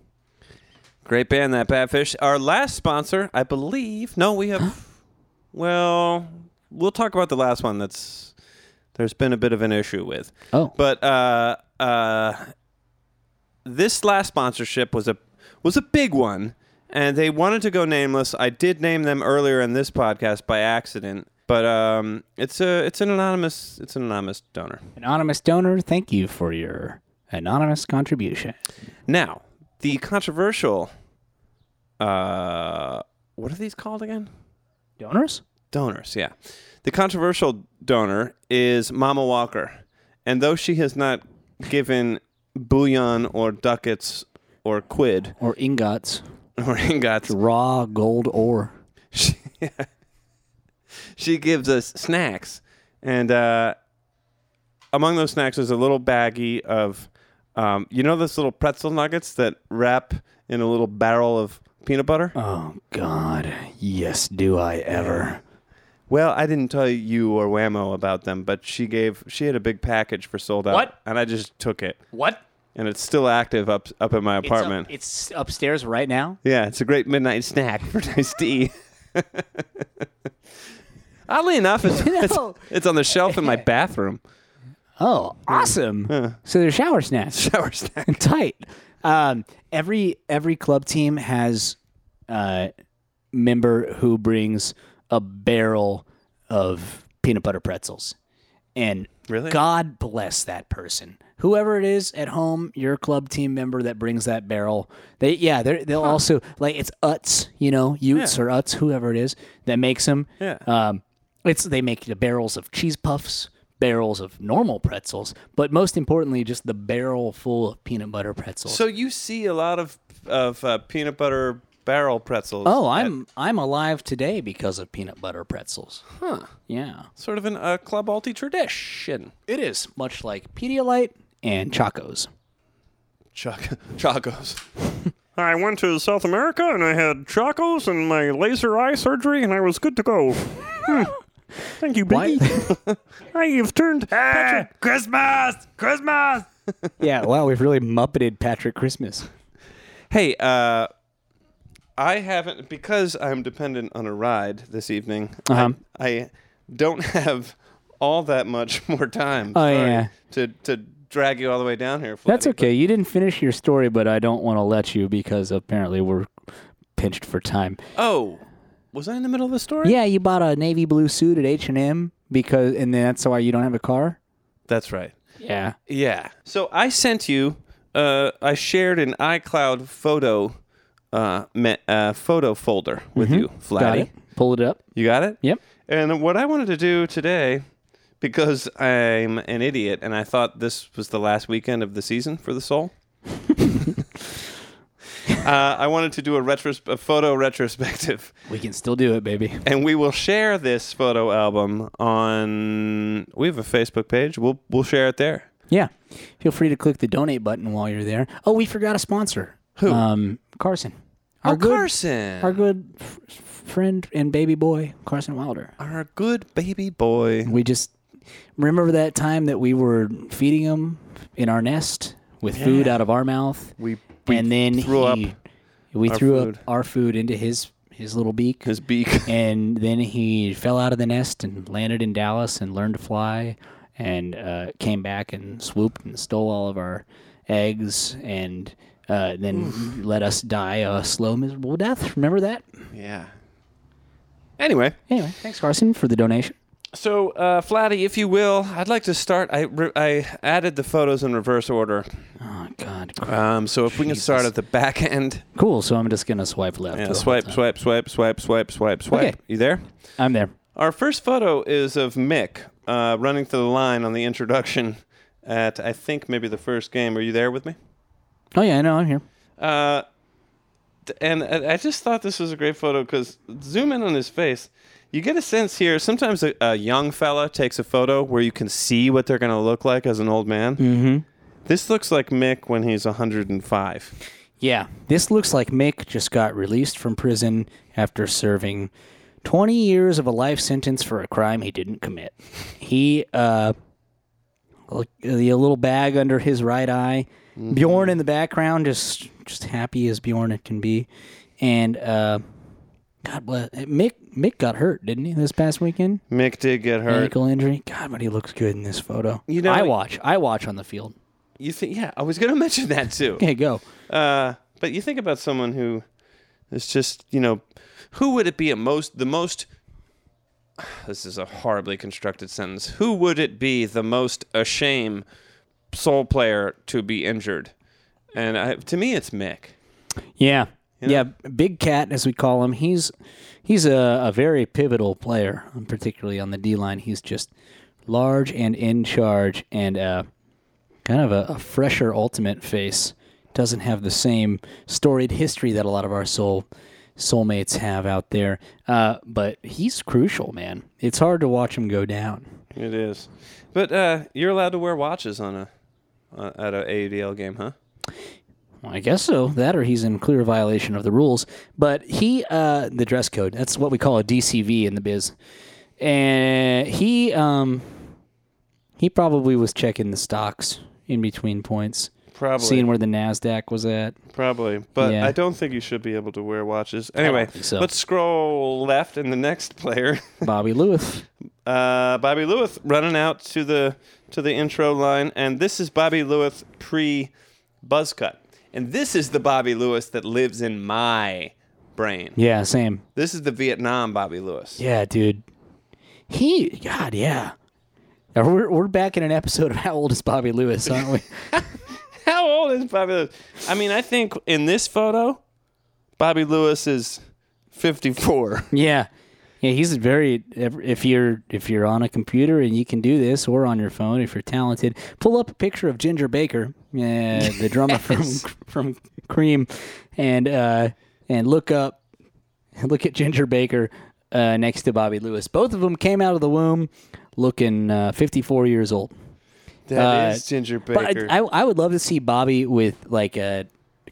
Speaker 4: Great band, that Badfish. Our last sponsor, I believe. No, we have. well, we'll talk about the last one. That's there's been a bit of an issue with.
Speaker 2: Oh.
Speaker 4: but uh, uh, this last sponsorship was a was a big one, and they wanted to go nameless. I did name them earlier in this podcast by accident, but um, it's a it's an anonymous it's an anonymous donor.
Speaker 2: Anonymous donor, thank you for your anonymous contribution.
Speaker 4: Now, the controversial. Uh, what are these called again?
Speaker 2: Donors?
Speaker 4: donors yeah the controversial donor is mama walker and though she has not given bullion or ducats or quid
Speaker 2: Or ingots.
Speaker 4: or ingots
Speaker 2: Raw gold ore.
Speaker 4: she, she gives us snacks and uh, among those snacks is a little baggie of um, you know those little pretzel nuggets that wrap in a little barrel of peanut butter
Speaker 2: Oh, God. Yes, do I ever.
Speaker 4: Well, I didn't tell you or Whammo about them, but she gave she had a big package for sold out.
Speaker 2: What?
Speaker 4: And I just took it,
Speaker 2: What?
Speaker 4: and it's still active up up in my apartment.
Speaker 2: It's, upstairs right now.
Speaker 4: yeah, it's a great midnight snack for nice tea. Oddly enough, it's, it's,
Speaker 2: No.
Speaker 4: it's on the shelf in my bathroom.
Speaker 2: Oh, awesome! So they're shower snacks.
Speaker 4: Shower snack.
Speaker 2: Tight. Um, every every club team has a member who brings a barrel of peanut butter pretzels, and
Speaker 4: Really?
Speaker 2: God bless that person. Whoever it is at home, your club team member that brings that barrel, they yeah they're, they'll also like it's Utz, you know, Utes
Speaker 4: Yeah.
Speaker 2: or Utz, whoever it is that makes them.
Speaker 4: Yeah.
Speaker 2: Um, it's they make the barrels of cheese puffs, barrels of normal pretzels, but most importantly, just the barrel full of peanut butter pretzels.
Speaker 4: So you see a lot of of uh, peanut butter barrel pretzels.
Speaker 2: oh,
Speaker 4: at
Speaker 2: I'm I'm alive today because of peanut butter pretzels. Huh? Yeah,
Speaker 4: sort of a uh, club alti tradition.
Speaker 2: it is much like Pedialyte and Chacos.
Speaker 4: Choc- chacos.
Speaker 1: I went to South America and I had chacos and my laser eye surgery and I was good to go. Hmm. Thank you, baby. I have turned. Patrick.
Speaker 4: Christmas, Christmas.
Speaker 2: yeah, wow, we've really muppeted Patrick Christmas.
Speaker 4: Hey, uh, I haven't because I'm dependent on a ride this evening.
Speaker 2: Uh-huh.
Speaker 4: I, I don't have all that much more time.
Speaker 2: Oh, yeah.
Speaker 4: To to drag you all the way down here.
Speaker 2: That's
Speaker 4: Flatty,
Speaker 2: okay. You didn't finish your story, but I don't want to let you because apparently we're pinched for time.
Speaker 4: but- Oh, was I in the middle of the story?
Speaker 2: Yeah, you bought a navy blue suit at H and M because, and then that's why you don't have a car.
Speaker 4: That's right.
Speaker 2: Yeah.
Speaker 4: Yeah. So I sent you. Uh, I shared an iCloud photo, uh, me- uh photo folder with you, Flatty.
Speaker 2: Mm-hmm. it. Pull it up.
Speaker 4: You got it?
Speaker 2: Yep.
Speaker 4: And what I wanted to do today, because I'm an idiot and I thought this was the last weekend of the season for the soul, uh, I wanted to do a, retros- a photo retrospective.
Speaker 2: We can still do it, baby.
Speaker 4: And we will share this photo album on. We have a Facebook page. We'll, we'll share it there.
Speaker 2: Yeah. Feel free to click the donate button while you're there. Oh, we forgot a sponsor. Who? Um, Carson. Our
Speaker 4: oh,
Speaker 2: good,
Speaker 4: Carson.
Speaker 2: Our good f- f- friend and baby boy, Carson Wilder.
Speaker 4: our good baby boy.
Speaker 2: We just remember that time that we were feeding him in our nest with food out of our mouth.
Speaker 4: We, we
Speaker 2: and then
Speaker 4: threw
Speaker 2: he,
Speaker 4: up
Speaker 2: we
Speaker 4: our
Speaker 2: threw
Speaker 4: food.
Speaker 2: up our food into his his little beak.
Speaker 4: his beak.
Speaker 2: and then he fell out of the nest and landed in Dallas and learned to fly and uh, came back and swooped and stole all of our eggs and uh, then let us die a slow, miserable death. Remember that?
Speaker 4: yeah. Anyway.
Speaker 2: Anyway, thanks, Carson, for the donation.
Speaker 4: So, uh, Flatty, if you will, I'd like to start. I, re- I added the photos in reverse order.
Speaker 2: Oh, God.
Speaker 4: Um, so, if we can start
Speaker 2: Jesus.
Speaker 4: at the back end.
Speaker 2: Cool. So I'm just going to swipe left.
Speaker 4: Yeah,
Speaker 2: the whole
Speaker 4: swipe,
Speaker 2: time.
Speaker 4: swipe, swipe, swipe, swipe, swipe, swipe.
Speaker 2: Okay.
Speaker 4: You there?
Speaker 2: I'm there.
Speaker 4: Our first photo is of Mick uh, running through the line on the introduction at, I think, maybe the first game. Are you there with me?
Speaker 2: Oh, yeah, I know. I'm here.
Speaker 4: Uh, th- and I I just thought this was a great photo because zoom in on his face. You get a sense here. Sometimes a, a young fella takes a photo where you can see what they're going to look like as an old man. Mm-hmm. This looks like Mick when he's 105.
Speaker 2: Yeah, this looks like Mick just got released from prison after serving 20 years of a life sentence for a crime he didn't commit. He, uh, l- the little bag under his right eye,
Speaker 4: Mm-hmm.
Speaker 2: Bjorn in the background, just just happy as Bjorn it can be, and uh, God bless Mick. Mick got hurt, didn't he, this past weekend?
Speaker 4: Mick did get hurt.
Speaker 2: Ankle injury. God, but he looks good in this photo.
Speaker 4: You know-
Speaker 2: I watch. I watch on the field.
Speaker 4: You think? Yeah, I was going to mention that too.
Speaker 2: Okay, go.
Speaker 4: Uh, but you think about someone who is just, you know, who would it be a most the most this is a horribly constructed sentence. Who would it be the most ashamed soul player to be injured? And I, to me it's Mick.
Speaker 2: Yeah. Yeah, Big Cat, as we call him, he's he's a, a very pivotal player, um, particularly on the D line. He's just large and in charge, and uh, kind of a, a fresher ultimate face. Doesn't have the same storied history that a lot of our soul soulmates have out there. Uh, but he's crucial, man. It's hard to watch him go down.
Speaker 4: It is. But uh, you're allowed to wear watches on a uh, at a ADL game, huh?
Speaker 2: Well, I guess so. That or he's in clear violation of the rules. But he, uh, the dress code, that's what we call a DCV in the biz. And he, um, he probably was checking the stocks in between points,
Speaker 4: Probably.
Speaker 2: seeing where the NASDAQ was at.
Speaker 4: Probably, but
Speaker 2: Yeah.
Speaker 4: I don't think you should be able to wear watches. Anyway,
Speaker 2: think so.
Speaker 4: let's scroll left, and the next player
Speaker 2: Bobby Lewis.
Speaker 4: uh, Bobby Lewis running out to the to the intro line, and this is Bobby Lewis pre buzz cut, and this is the Bobby Lewis that lives in my brain.
Speaker 2: Yeah, same.
Speaker 4: This is the Vietnam Bobby Lewis.
Speaker 2: Yeah, dude. He, God, yeah. Now, We're, we're back in an episode of How Old is Bobby Lewis, aren't we?
Speaker 4: How old is Bobby Lewis? I mean, I think in this photo, Bobby Lewis is fifty four.
Speaker 2: Yeah, yeah, he's very. If you're if you're on a computer and you can do this, or on your phone if you're talented, pull up a picture of Ginger Baker, uh, the drummer from from Cream, and uh, and look up look at Ginger Baker uh, next to Bobby Lewis. Both of them came out of the womb looking uh, 54 years old.
Speaker 4: That
Speaker 2: Uh,
Speaker 4: is Ginger
Speaker 2: But
Speaker 4: Baker.
Speaker 2: I, I I would love to see Bobby with like a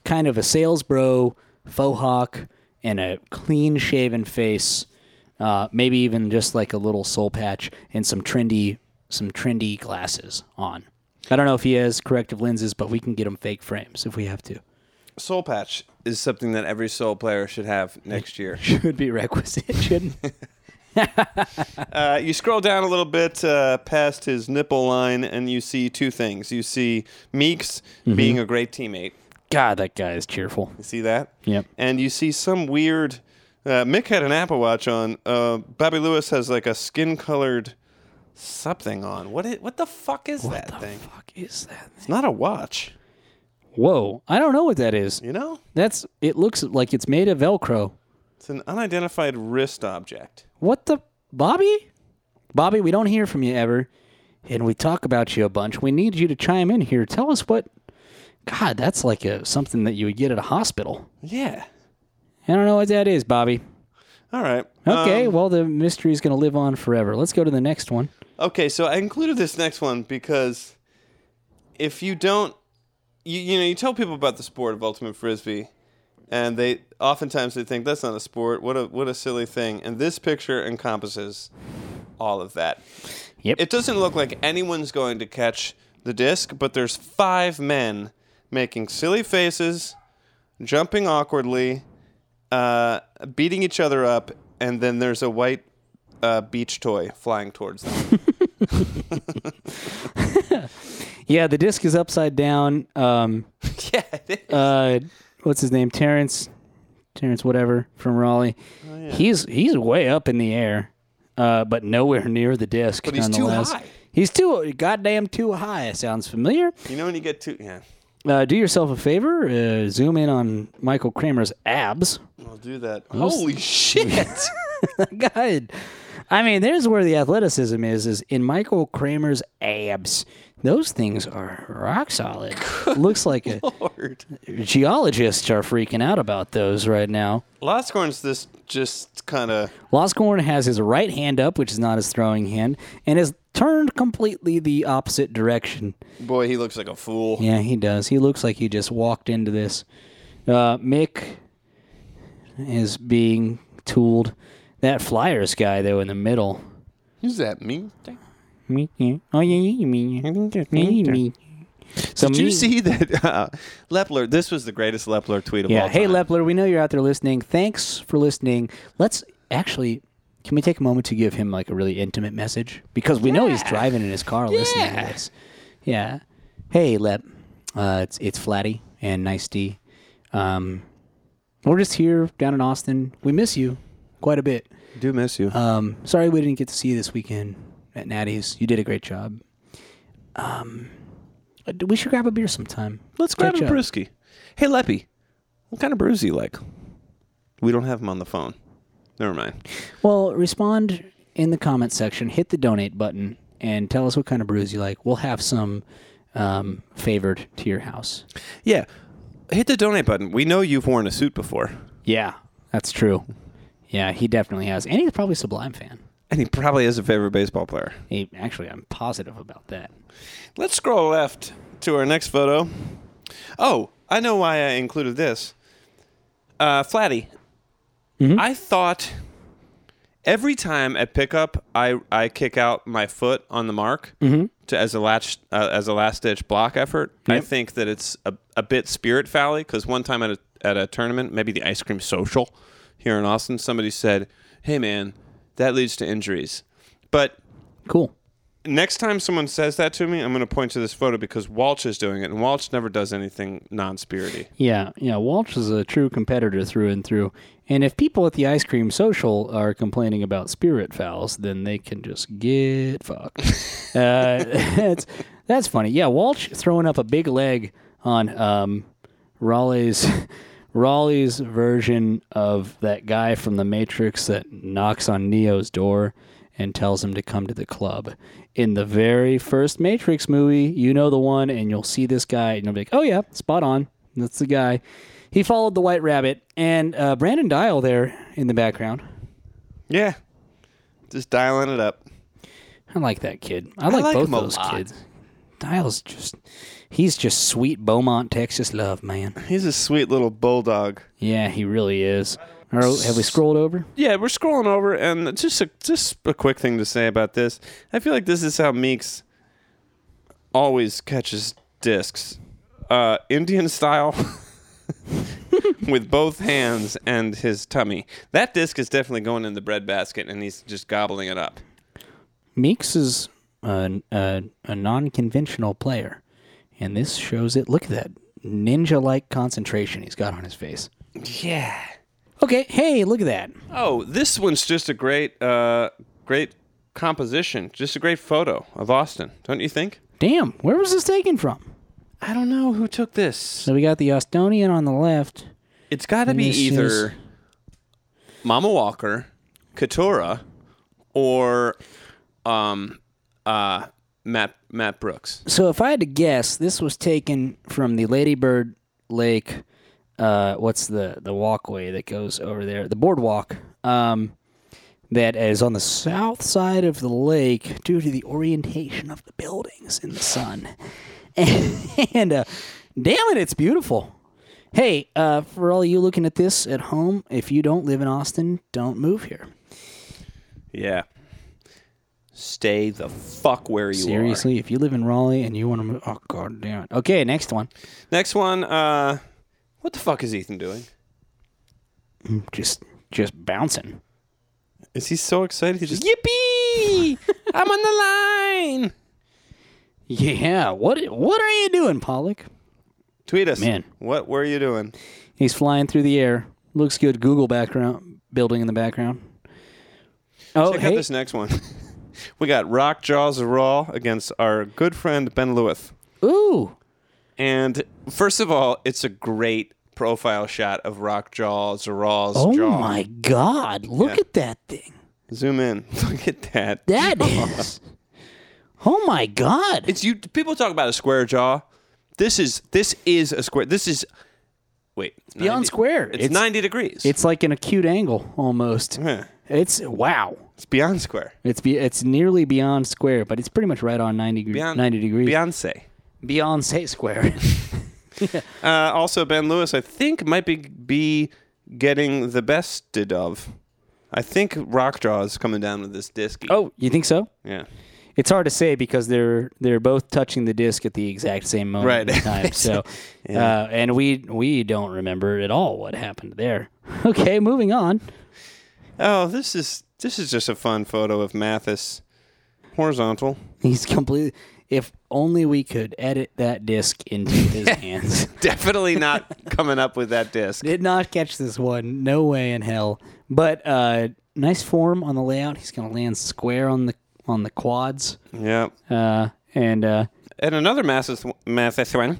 Speaker 2: kind of a sales bro, faux hawk, and a clean shaven face. Uh, maybe even just like a little soul patch and some trendy some trendy glasses on. I don't know if he has corrective lenses, but we can get him fake frames if we have to.
Speaker 4: soul patch is something that every soul player should have next year.
Speaker 2: Should be requisite, shouldn't? it?
Speaker 4: Uh, you scroll down a little bit uh, past his nipple line, and you see two things. You see Meeks being a great teammate.
Speaker 2: God, that guy is cheerful.
Speaker 4: You see that?
Speaker 2: Yep.
Speaker 4: And you see some weird. Uh, Mick had an Apple Watch on. Uh, Bobby Lewis has like a skin colored something on. What? Is, what the fuck is that thing?
Speaker 2: Fuck is that?
Speaker 4: It's not a watch.
Speaker 2: Whoa, I don't know what that is.
Speaker 4: You know?
Speaker 2: That's it looks like it's made of Velcro.
Speaker 4: It's an unidentified wrist object.
Speaker 2: What the Bobby? Bobby, we don't hear from you ever, and we talk about you a bunch. We need you to chime in here. Tell us what. God, that's like a something that you would get at a hospital.
Speaker 4: Yeah.
Speaker 2: I don't know what that is, Bobby.
Speaker 4: All right.
Speaker 2: Okay,
Speaker 4: Um,
Speaker 2: well the mystery is going to live on forever. Let's go to the next one.
Speaker 4: okay. So I included this next one because if you don't, you you know, you tell people about the sport of ultimate frisbee, and they oftentimes they think that's not a sport. What a what a silly thing. And this picture encompasses all of that.
Speaker 2: Yep.
Speaker 4: It doesn't look like anyone's going to catch the disc, but there's five men making silly faces, jumping awkwardly, uh, beating each other up, and then there's a white uh, beach toy flying towards them.
Speaker 2: Yeah, the disc is upside down. Um,
Speaker 4: yeah. it is.
Speaker 2: uh, what's his name? Terrence, Terrence, whatever from Raleigh.
Speaker 4: Oh,
Speaker 2: He's he's way up in the air, uh, but nowhere near the disc. But
Speaker 4: he's too high.
Speaker 2: He's too goddamn too high. Sounds familiar.
Speaker 4: you know when you get too yeah.
Speaker 2: Uh, do yourself a favor. Uh, zoom in on Michael Kramer's abs.
Speaker 4: I'll do that. Holy shit!
Speaker 2: God. I mean, there's where the athleticism is, is in Michael Kramer's abs. Those things are rock solid. Looks like a,
Speaker 4: Lord.
Speaker 2: geologists are freaking out about those right now.
Speaker 4: Loscorn's this just kind of
Speaker 2: Loscorn has his right hand up, which is not his throwing hand, and is turned completely the opposite direction.
Speaker 4: boy. He looks like a fool.
Speaker 2: Yeah, he does. He looks like he just walked into this. Uh, Mick is being tooled. That Flyers guy, though, in the middle.
Speaker 4: Who's that? Me?
Speaker 2: Me, yeah. Oh, yeah, yeah, you mean. yeah. Yeah, you mean. So
Speaker 4: Did you
Speaker 2: me-
Speaker 4: see that uh, Lepler? This was the greatest Lepler tweet of
Speaker 2: Yeah.
Speaker 4: all time.
Speaker 2: Hey, Lepler, we know you're out there listening. Thanks for listening. Let's actually, can we take a moment to give him like a really intimate message? Because we know he's driving in his car listening to this. Yeah. Hey, Lep. Uh, it's it's Flatty and Nice D. Um, we're just here down in Austin. We miss you quite a bit.
Speaker 4: Do miss you.
Speaker 2: Um, sorry we didn't get to see you this weekend at Natty's. You did a great job. Um, we should grab a beer sometime.
Speaker 4: Let's grab
Speaker 2: catch
Speaker 4: a
Speaker 2: up.
Speaker 4: brewski. Hey, Leppy, what kind of brews do you like? We don't have him on the phone. Never mind.
Speaker 2: Well, respond in the comment section, hit the donate button, and tell us what kind of brews you like. We'll have some um, favored to your house.
Speaker 4: Yeah, hit the donate button. We know you've worn a suit before,
Speaker 2: Yeah, that's true. Yeah, he definitely has, and he's probably a Sublime fan.
Speaker 4: and he probably is a favorite baseball player.
Speaker 2: He, actually, I'm positive about that.
Speaker 4: Let's scroll left to our next photo. Oh, I know why I included this. Uh, Flatty, I thought every time at pickup I, I kick out my foot on the mark to as a latch uh, as a last ditch block effort. I think that it's a, a bit spirit foully because one time at a, at a tournament, maybe the ice cream social here in Austin, somebody said, "Hey man, that leads to injuries," but
Speaker 2: Cool.
Speaker 4: next time someone says that to me, I'm going to point to this photo because Walsh is doing it, and Walsh never does anything non-spirity.
Speaker 2: Yeah, yeah. Walsh is a true competitor through and through. And if people at the ice cream social are complaining about spirit fouls, then they can just get fucked. uh, that's that's funny. Yeah, Walsh throwing up a big leg on um, Raleigh's Raleigh's version of that guy from the Matrix that knocks on Neo's door and tells him to come to the club. In the very first Matrix movie, you know the one, and you'll see this guy, and you'll be like, "Oh yeah, spot on. That's the guy." He followed the White Rabbit, and uh, Brandon Dial there in the background.
Speaker 4: Yeah, just dialing it up.
Speaker 2: I like that kid. I like,
Speaker 4: like
Speaker 2: both
Speaker 4: him a
Speaker 2: those
Speaker 4: lot.
Speaker 2: kids. Dial's just he's just sweet Beaumont, Texas love, man.
Speaker 4: He's a sweet little bulldog.
Speaker 2: Yeah, he really is. Or have we scrolled over?
Speaker 4: Yeah, we're scrolling over, and just a, just a quick thing to say about this. I feel like this is how Meeks always catches discs, uh, Indian style, with both hands and his tummy. That disc is definitely going in the bread basket, and he's just gobbling it up.
Speaker 2: Meeks is a, a, a non-conventional player, and this shows it. Look at that ninja-like concentration he's got on his face.
Speaker 4: Yeah.
Speaker 2: Okay, hey, look at that.
Speaker 4: Oh, this one's just a great, uh, great composition. Just a great photo of Austin, don't you think?
Speaker 2: Damn, where was this taken from?
Speaker 4: I don't know who took this.
Speaker 2: So we got the Austonian on the left.
Speaker 4: It's got to be
Speaker 2: This
Speaker 4: either Mama Walker, Katura, or um, uh, Matt Matt Brooks.
Speaker 2: So if I had to guess, this was taken from the Ladybird Lake. Uh, what's the the walkway that goes over there? The boardwalk. Um, that is on the south side of the lake due to the orientation of the buildings in the sun. And, and uh, damn it, it's beautiful. Hey, uh, for all you looking at this at home, if you don't live in Austin, don't move here.
Speaker 4: Yeah. Stay the fuck where you
Speaker 2: Seriously, if you live in Raleigh and you want to move, oh god damn it. Okay, next one.
Speaker 4: are. Next one. Uh, what the fuck is Ethan doing?
Speaker 2: Mm, Just, just bouncing.
Speaker 4: Is he so excited? He just
Speaker 2: Yippee!
Speaker 4: I'm on the line.
Speaker 2: yeah. What? What are you doing, Pollock?
Speaker 4: Tweet us,
Speaker 2: Man.
Speaker 4: What were you doing?
Speaker 2: He's flying through the air. Looks good. Google background building in the background. Oh,
Speaker 4: Check
Speaker 2: hey,
Speaker 4: out this next one. we got Rock Jaws of Raw against our good friend Ben Lewis.
Speaker 2: ooh,
Speaker 4: And first of all, it's a great profile shot of Rock Jaws of Raw's
Speaker 2: oh
Speaker 4: jaw.
Speaker 2: my God! Look at that thing.
Speaker 4: Zoom in. Look at that.
Speaker 2: That is. Oh my God!
Speaker 4: It's you. People talk about a square jaw. This is this is a square. This is. Wait. It's
Speaker 2: beyond square.
Speaker 4: It's,
Speaker 2: It's-
Speaker 4: ninety degrees.
Speaker 2: It's like an acute angle almost.
Speaker 4: Yeah.
Speaker 2: It's wow.
Speaker 4: It's beyond square.
Speaker 2: It's be, it's nearly beyond square, but it's pretty much right on 90, gr-
Speaker 4: Beyond
Speaker 2: 90 degrees.
Speaker 4: Beyonce.
Speaker 2: Beyond say square.
Speaker 4: Uh, also, Ben Lewis, I think, might be be getting the bested of. I think Rock Jaw is coming down with this disc.
Speaker 2: oh, you think so?
Speaker 4: yeah.
Speaker 2: It's hard to say because they're they're both touching the disc at the exact same moment
Speaker 4: Right.
Speaker 2: in time. So, uh, and we we don't remember at all what happened there. Okay, moving on.
Speaker 4: Oh, this is this is just a fun photo of Mathis horizontal.
Speaker 2: He's completely. If only we could edit that disc into his hands.
Speaker 4: Definitely not coming up with that disc.
Speaker 2: Did not catch this one. No way in hell. But uh, nice form on the layout. He's gonna land square on the on the quads.
Speaker 4: Yeah.
Speaker 2: Uh, and uh,
Speaker 4: And another Mathis Mathis one,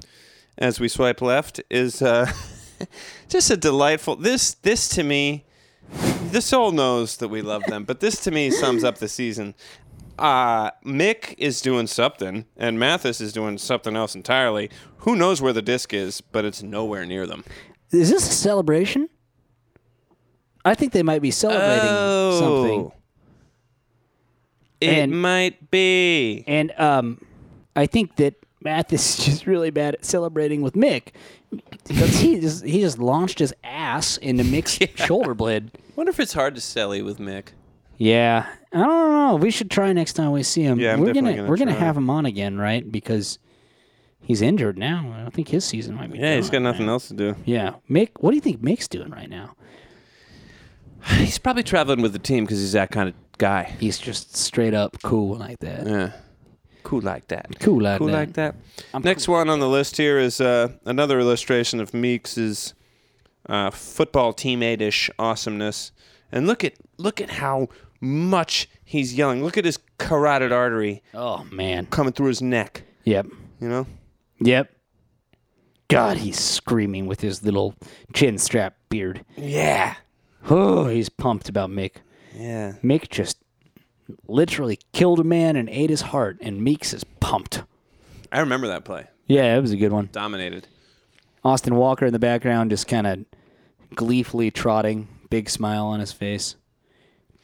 Speaker 4: as we swipe left, is uh, just a delightful. This this to me, the soul knows that we love them, but this to me sums up the season. Uh, Mick is doing something, and Mathis is doing something else entirely. Who knows where the disc is, but it's nowhere near them.
Speaker 2: is this a celebration? I think they might be celebrating something.
Speaker 4: It
Speaker 2: And-
Speaker 4: might be.
Speaker 2: And um, I think that Mathis is just really bad at celebrating with Mick because he just he just launched his ass into Mick's shoulder blade.
Speaker 4: wonder if it's hard to sell with Mick.
Speaker 2: Yeah, I don't know. We should try next time we see him.
Speaker 4: Yeah, I'm
Speaker 2: we're
Speaker 4: definitely
Speaker 2: gonna,
Speaker 4: gonna
Speaker 2: we're gonna
Speaker 4: try.
Speaker 2: have him on again, right? Because he's injured now. I don't think his season might be.
Speaker 4: Yeah, he's got
Speaker 2: done,
Speaker 4: nothing
Speaker 2: right?
Speaker 4: else to do.
Speaker 2: Yeah, Mick. What do you think Mick's doing right now?
Speaker 4: He's probably traveling with the team because he's that kind of guy.
Speaker 2: He's just straight up cool like that.
Speaker 4: Yeah. Cool like that.
Speaker 2: Cool like
Speaker 4: cool
Speaker 2: that.
Speaker 4: like that. Next one on the list here is uh, another illustration of Meeks' uh, football teammate-ish awesomeness. And look at look at how much he's yelling. Look at his carotid artery
Speaker 2: Oh man.
Speaker 4: coming through his neck.
Speaker 2: Yep.
Speaker 4: You know?
Speaker 2: Yep. God, he's screaming with his little chin strap beard.
Speaker 4: Yeah.
Speaker 2: Oh, he's pumped about Mick.
Speaker 4: Yeah.
Speaker 2: Mick just literally killed a man and ate his heart, and Meeks is pumped.
Speaker 4: I remember that play.
Speaker 2: Yeah, it was a good one.
Speaker 4: Dominated.
Speaker 2: Austin Walker in the background, just kind of gleefully trotting, big smile on his face.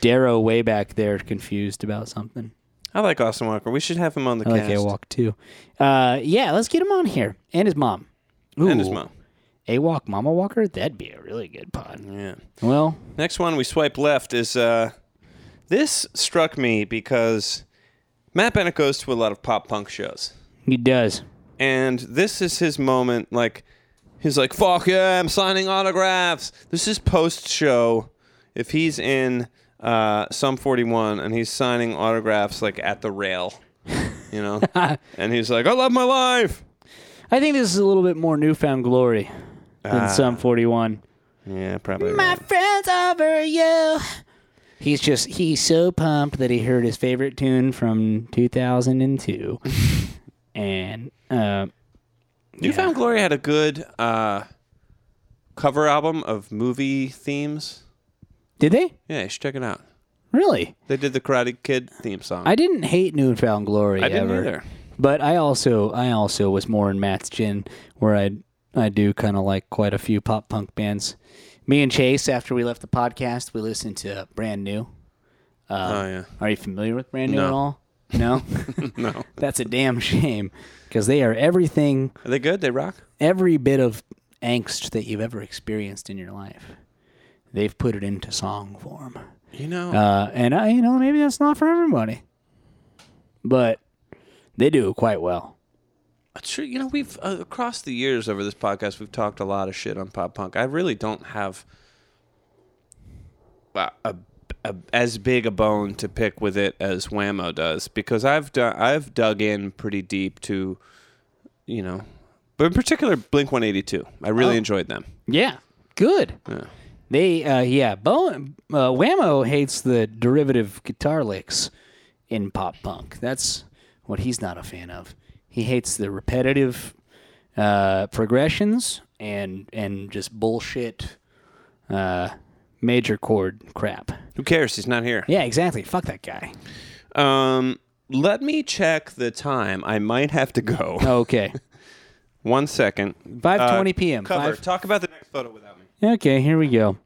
Speaker 2: Darrow way back there, confused about something.
Speaker 4: I like Austin Walker. We should have him on the
Speaker 2: I like
Speaker 4: cast.
Speaker 2: Awok too. Uh, yeah, let's get him on here and his mom. Ooh,
Speaker 4: And his mom.
Speaker 2: Awok, Mama Walker. That'd be a really good pod.
Speaker 4: Yeah.
Speaker 2: Well,
Speaker 4: Next one we swipe left is uh, this struck me because Matt Bennett goes to a lot of pop punk shows,
Speaker 2: he does.
Speaker 4: and this is his moment. Like he's like, "Fuck yeah, I'm signing autographs." This is post show. If he's in uh, some 41 and he's signing autographs like at the rail, you know, and he's like, "I love my life."
Speaker 2: I think this is a little bit more newfound glory than
Speaker 4: Ah.
Speaker 2: some 41.
Speaker 4: Yeah, probably.
Speaker 2: My friends over you. He's just, he's so pumped that he heard his favorite tune from 2002. and, uh,
Speaker 4: Newfound Glory had a good uh, cover album of movie themes.
Speaker 2: Did they?
Speaker 4: Yeah, you should check it out.
Speaker 2: Really?
Speaker 4: They did the Karate Kid theme song.
Speaker 2: I didn't hate Newfound Glory
Speaker 4: I didn't
Speaker 2: ever.
Speaker 4: either.
Speaker 2: But I also I also was more in Matt's gin where I I do kind of like quite a few pop punk bands. Me and Chase after we left the podcast, we listened to Brand New.
Speaker 4: oh yeah.
Speaker 2: Are you familiar with Brand New
Speaker 4: No.
Speaker 2: at all? No.
Speaker 4: No.
Speaker 2: That's a damn shame because they are everything
Speaker 4: Are they good? They rock.
Speaker 2: every bit of angst that you've ever experienced in your life. They've put it into song form.
Speaker 4: You know.
Speaker 2: Uh, and I, you know, maybe that's not for everybody, but they do quite well.
Speaker 4: Sure, you know we've uh, across the years over this podcast we've talked a lot of shit on pop punk. I really don't have a, a, a, as big a bone to pick with it as Whammo does because I've done I've dug in pretty deep to you know, but in particular Blink One Eighty Two. I really enjoyed them.
Speaker 2: Yeah, good.
Speaker 4: Yeah.
Speaker 2: They, uh, yeah, Bowen, uh, Whammo hates the derivative guitar licks in pop punk. That's what he's not a fan of. He hates the repetitive uh, progressions and and just bullshit uh, major chord crap.
Speaker 4: Who cares? He's not here.
Speaker 2: Yeah, exactly. Fuck that guy.
Speaker 4: Um, let me check the time. I might have to go.
Speaker 2: Okay,
Speaker 4: One second.
Speaker 2: five twenty p.m.
Speaker 4: Uh, Cover.
Speaker 2: 5
Speaker 4: Talk about the next photo without me.
Speaker 2: Okay, here we go.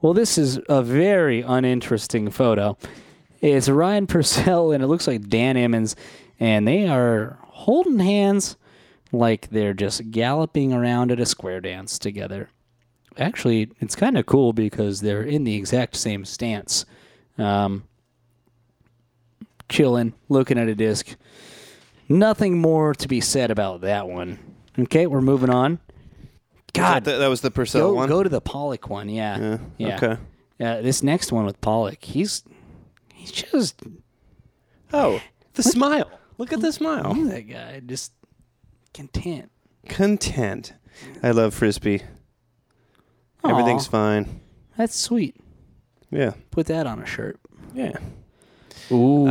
Speaker 2: Well, this is a very uninteresting photo. It's Ryan Purcell and it looks like Dan Emmons, and they are holding hands like they're just galloping around at a square dance together. Actually, it's kind of cool because they're in the exact same stance, um, chilling, looking at a disc. Nothing more to be said about that one. Okay, we're moving on. God,
Speaker 4: That, that was the Purcell
Speaker 2: go,
Speaker 4: one.
Speaker 2: go to the Pollock one. Yeah. Yeah.
Speaker 4: okay.
Speaker 2: Uh, this next one with Pollock, he's he's just
Speaker 4: Oh, the smile. Look at the smile.
Speaker 2: look at that guy just content.
Speaker 4: Content. I love frisbee. Everything's
Speaker 2: Aw,
Speaker 4: fine.
Speaker 2: That's sweet.
Speaker 4: Yeah.
Speaker 2: Put that on a shirt. Uh,
Speaker 4: Yeah.
Speaker 2: Ooh,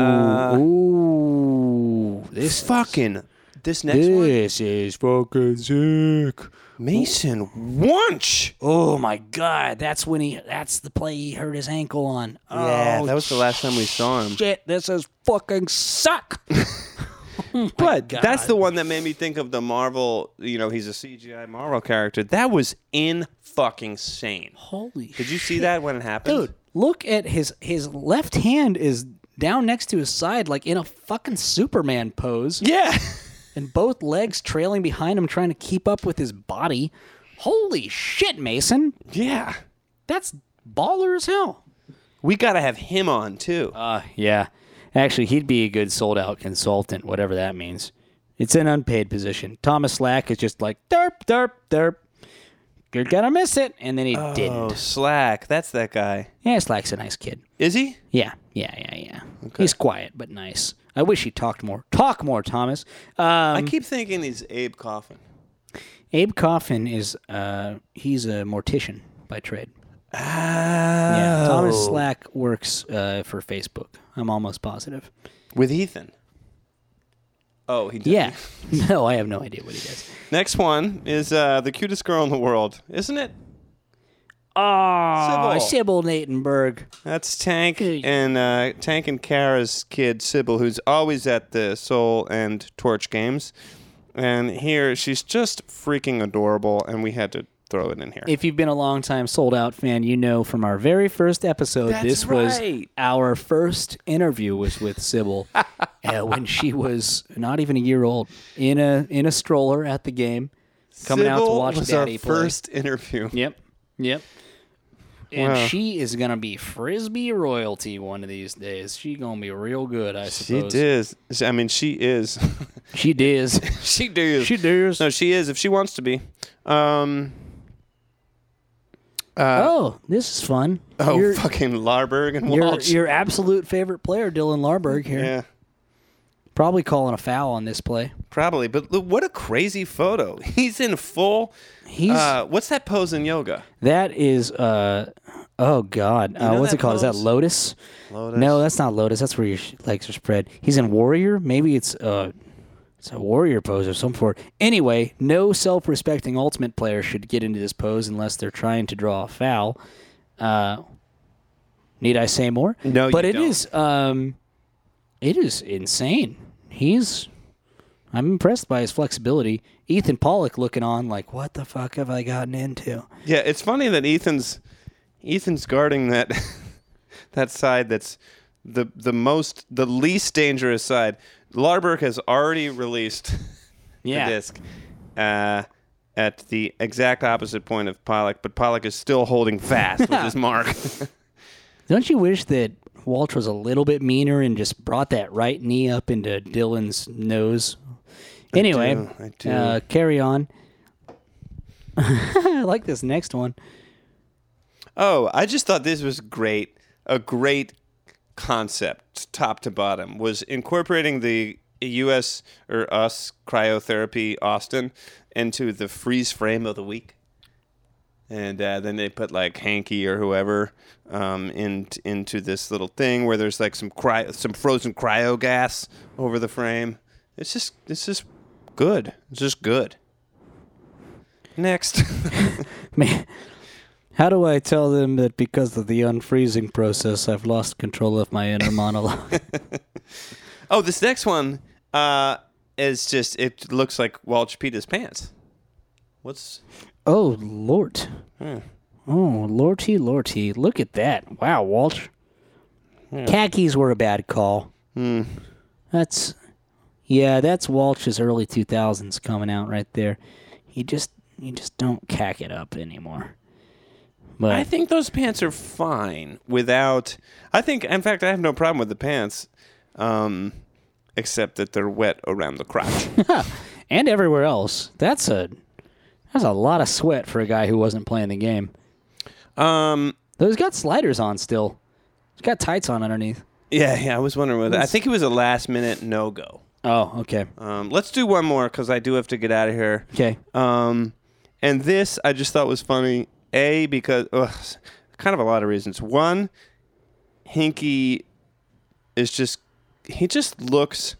Speaker 2: ooh. This
Speaker 4: Fucking this next one.
Speaker 2: this is fucking sick.
Speaker 4: Mason Wunsch.
Speaker 2: Oh my god, that's when he that's the play he hurt his ankle on. Oh,
Speaker 4: yeah, that was the last time we saw him.
Speaker 2: shit. This is fucking suck.
Speaker 4: But that's the one that made me think of the Marvel. You know, he's a CGI Marvel character. That was in fucking sane.
Speaker 2: Holy
Speaker 4: Did you see that when it happened?
Speaker 2: Dude, look at his his left hand is down next to his side, like in a fucking Superman pose,
Speaker 4: Yeah.
Speaker 2: and both legs trailing behind him, trying to keep up with his body. Holy shit, Mason,
Speaker 4: yeah.
Speaker 2: that's baller as hell.
Speaker 4: We gotta have him on too.
Speaker 2: Uh, yeah, actually, he'd be a good sold out consultant, whatever that means. It's an unpaid position. Thomas Slack is just like derp, derp, derp. You're gonna miss it, and then he
Speaker 4: oh,
Speaker 2: didn't.
Speaker 4: Slack. That's that guy.
Speaker 2: Yeah, Slack's a nice kid.
Speaker 4: Is he?
Speaker 2: Yeah, yeah, yeah, yeah. He's quiet but nice. I wish he talked more. Talk more, Thomas. Um,
Speaker 4: I keep thinking he's Abe Coffin.
Speaker 2: Abe Coffin is uh, he's a mortician by trade.
Speaker 4: Ah.
Speaker 2: Yeah, Thomas Slack works uh, for Facebook. I'm almost positive.
Speaker 4: With Ethan. Oh, he did.
Speaker 2: Yeah. no, I have no idea what he does.
Speaker 4: Next one is uh, the cutest girl in the world, isn't it?
Speaker 2: Oh,
Speaker 4: Sybil.
Speaker 2: Sybil Natenberg.
Speaker 4: That's Tank
Speaker 2: Hey.
Speaker 4: and uh, Tank and Kara's kid Sybil, who's always at the Soul and Torch games, and here she's just freaking adorable, and we had to throw it in here.
Speaker 2: If you've been a long time sold out fan, you know from our very first episode, this was
Speaker 4: right.
Speaker 2: our first interview was with Sybil uh, when she was not even a year old in a in a stroller at the game, coming out to
Speaker 4: Sybil
Speaker 2: watch
Speaker 4: was
Speaker 2: Daddy
Speaker 4: our
Speaker 2: play.
Speaker 4: first interview.
Speaker 2: Yep, yep. And
Speaker 4: Wow.
Speaker 2: she is gonna be frisbee royalty one of these days. She gonna be real good, I
Speaker 4: She
Speaker 2: suppose.
Speaker 4: does. I mean, she is.
Speaker 2: She did.
Speaker 4: she does. Uh,
Speaker 2: she does.
Speaker 4: No, she is if she wants to be. Um,
Speaker 2: oh, this is fun.
Speaker 4: oh,
Speaker 2: your,
Speaker 4: fucking Larberg and
Speaker 2: your,
Speaker 4: Walsh.
Speaker 2: your absolute favorite player, Dylan Larberg here.
Speaker 4: yeah,
Speaker 2: Probably calling a foul on this play.
Speaker 4: probably. But look, what a crazy photo. He's in full.
Speaker 2: He's
Speaker 4: Uh, what's that pose in yoga?
Speaker 2: that is uh oh god. Uh,
Speaker 4: know
Speaker 2: what's it
Speaker 4: that
Speaker 2: called? Is that
Speaker 4: pose?
Speaker 2: lotus?
Speaker 4: Lotus.
Speaker 2: No, that's not lotus. That's where your sh- legs are spread. He's in warrior. Maybe it's uh it's a warrior pose of some sort. Anyway, no self-respecting ultimate player should get into this pose unless they're trying to draw a foul. Uh Need I say more?
Speaker 4: No, you
Speaker 2: but it
Speaker 4: don't.
Speaker 2: is um, it is insane. He's I'm impressed by his flexibility. Ethan Pollock looking on like, what the fuck have I gotten into?
Speaker 4: Yeah, it's funny that Ethan's Ethan's guarding that that side that's the the most the least dangerous side. Larberg has already released
Speaker 2: Yeah.
Speaker 4: the disc uh, at the exact opposite point of Pollock, but Pollock is still holding fast with his mark.
Speaker 2: Don't you wish that Walsh was a little bit meaner and just brought that right knee up into Dylan's nose? Anyway,
Speaker 4: do, I do.
Speaker 2: Uh, carry on. I like this next one.
Speaker 4: oh, I just thought this was great. A great concept, top to bottom, was incorporating the U.S. or us cryotherapy Austin into the freeze frame of the week. and uh, then they put like Hanky or whoever um, in, into this little thing where there's like some cryo, some frozen cryo gas over the frame. It's just it's just good. It's just good. Next,
Speaker 2: Man, how do I tell them that because of the unfreezing process, I've lost control of my inner monologue?
Speaker 4: oh, this next one uh, is just it looks like Walsh peed his pants. What's
Speaker 2: oh, Lord. Oh, Lordy, Lordy. Look at that. Wow, Walsh. Khakis were a bad call. That's, yeah, that's Walsh's early 2000s coming out right there. You just, you just don't cack it up anymore. But
Speaker 4: I think those pants are fine without. I think, in fact, I have no problem with the pants, um, except that they're wet around the crotch.
Speaker 2: and everywhere else, that's a, that's a lot of sweat for a guy who wasn't playing the game.
Speaker 4: um,
Speaker 2: Though he's got sliders on still. He's got tights on underneath.
Speaker 4: yeah, yeah, I was wondering whether I think it was a last minute no go.
Speaker 2: Oh, okay.
Speaker 4: Um, let's do one more because I do have to get out of here.
Speaker 2: Okay.
Speaker 4: Um, and this I just thought was funny. A because ugh, kind of a lot of reasons. One, Hinky is just he just looks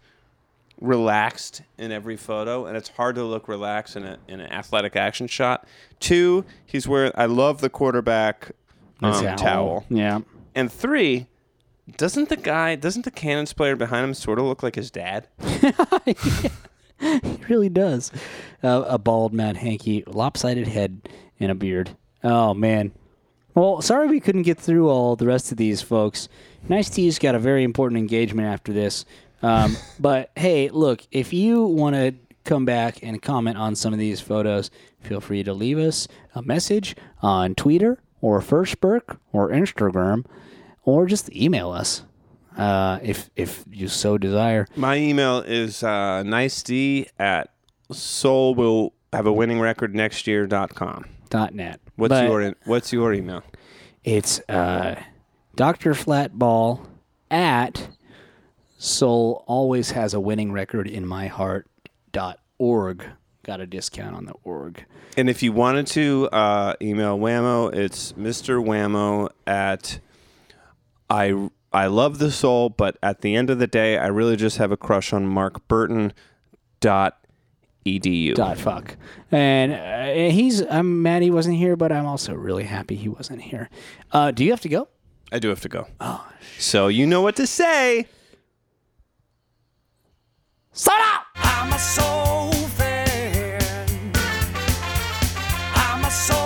Speaker 4: relaxed in every photo, and it's hard to look relaxed in a in an athletic action shot. Two, he's wearing I love the quarterback um,
Speaker 2: Towel.
Speaker 4: towel.
Speaker 2: Yeah.
Speaker 4: And three, doesn't the guy doesn't the cannons player behind him sort of look like his dad?
Speaker 2: He really does. Uh, a bald Matt Hanky, lopsided head, and a beard. Oh, man. Well, sorry we couldn't get through all the rest of these, folks. Nice T's got a very important engagement after this. Um, but hey, look, if you want to come back and comment on some of these photos, feel free to leave us a message on Twitter or Firstberg or Instagram, or just email us uh, if if you so desire.
Speaker 4: My email is uh, niced at soul will have a winning record next year dot com.
Speaker 2: Dot net.
Speaker 4: What's
Speaker 2: But-
Speaker 4: your e, What's your email?
Speaker 2: It's uh, Dr. Flatball at Soul always has a winning record in my heart dot org. Got a discount on the org.
Speaker 4: And if you wanted to uh, email Whammo, it's Mr. Whammo at I I love the soul, but at the end of the day, I really just have a crush on Mark Burton dot E edu.
Speaker 2: Dot fuck. And uh, he's, I'm mad he wasn't here, but I'm also really happy he wasn't here. Uh, do you have to go?
Speaker 4: I do have to go. Oh, so you know what to say.
Speaker 2: Sign out!
Speaker 3: I'm a soul fan. I'm a soul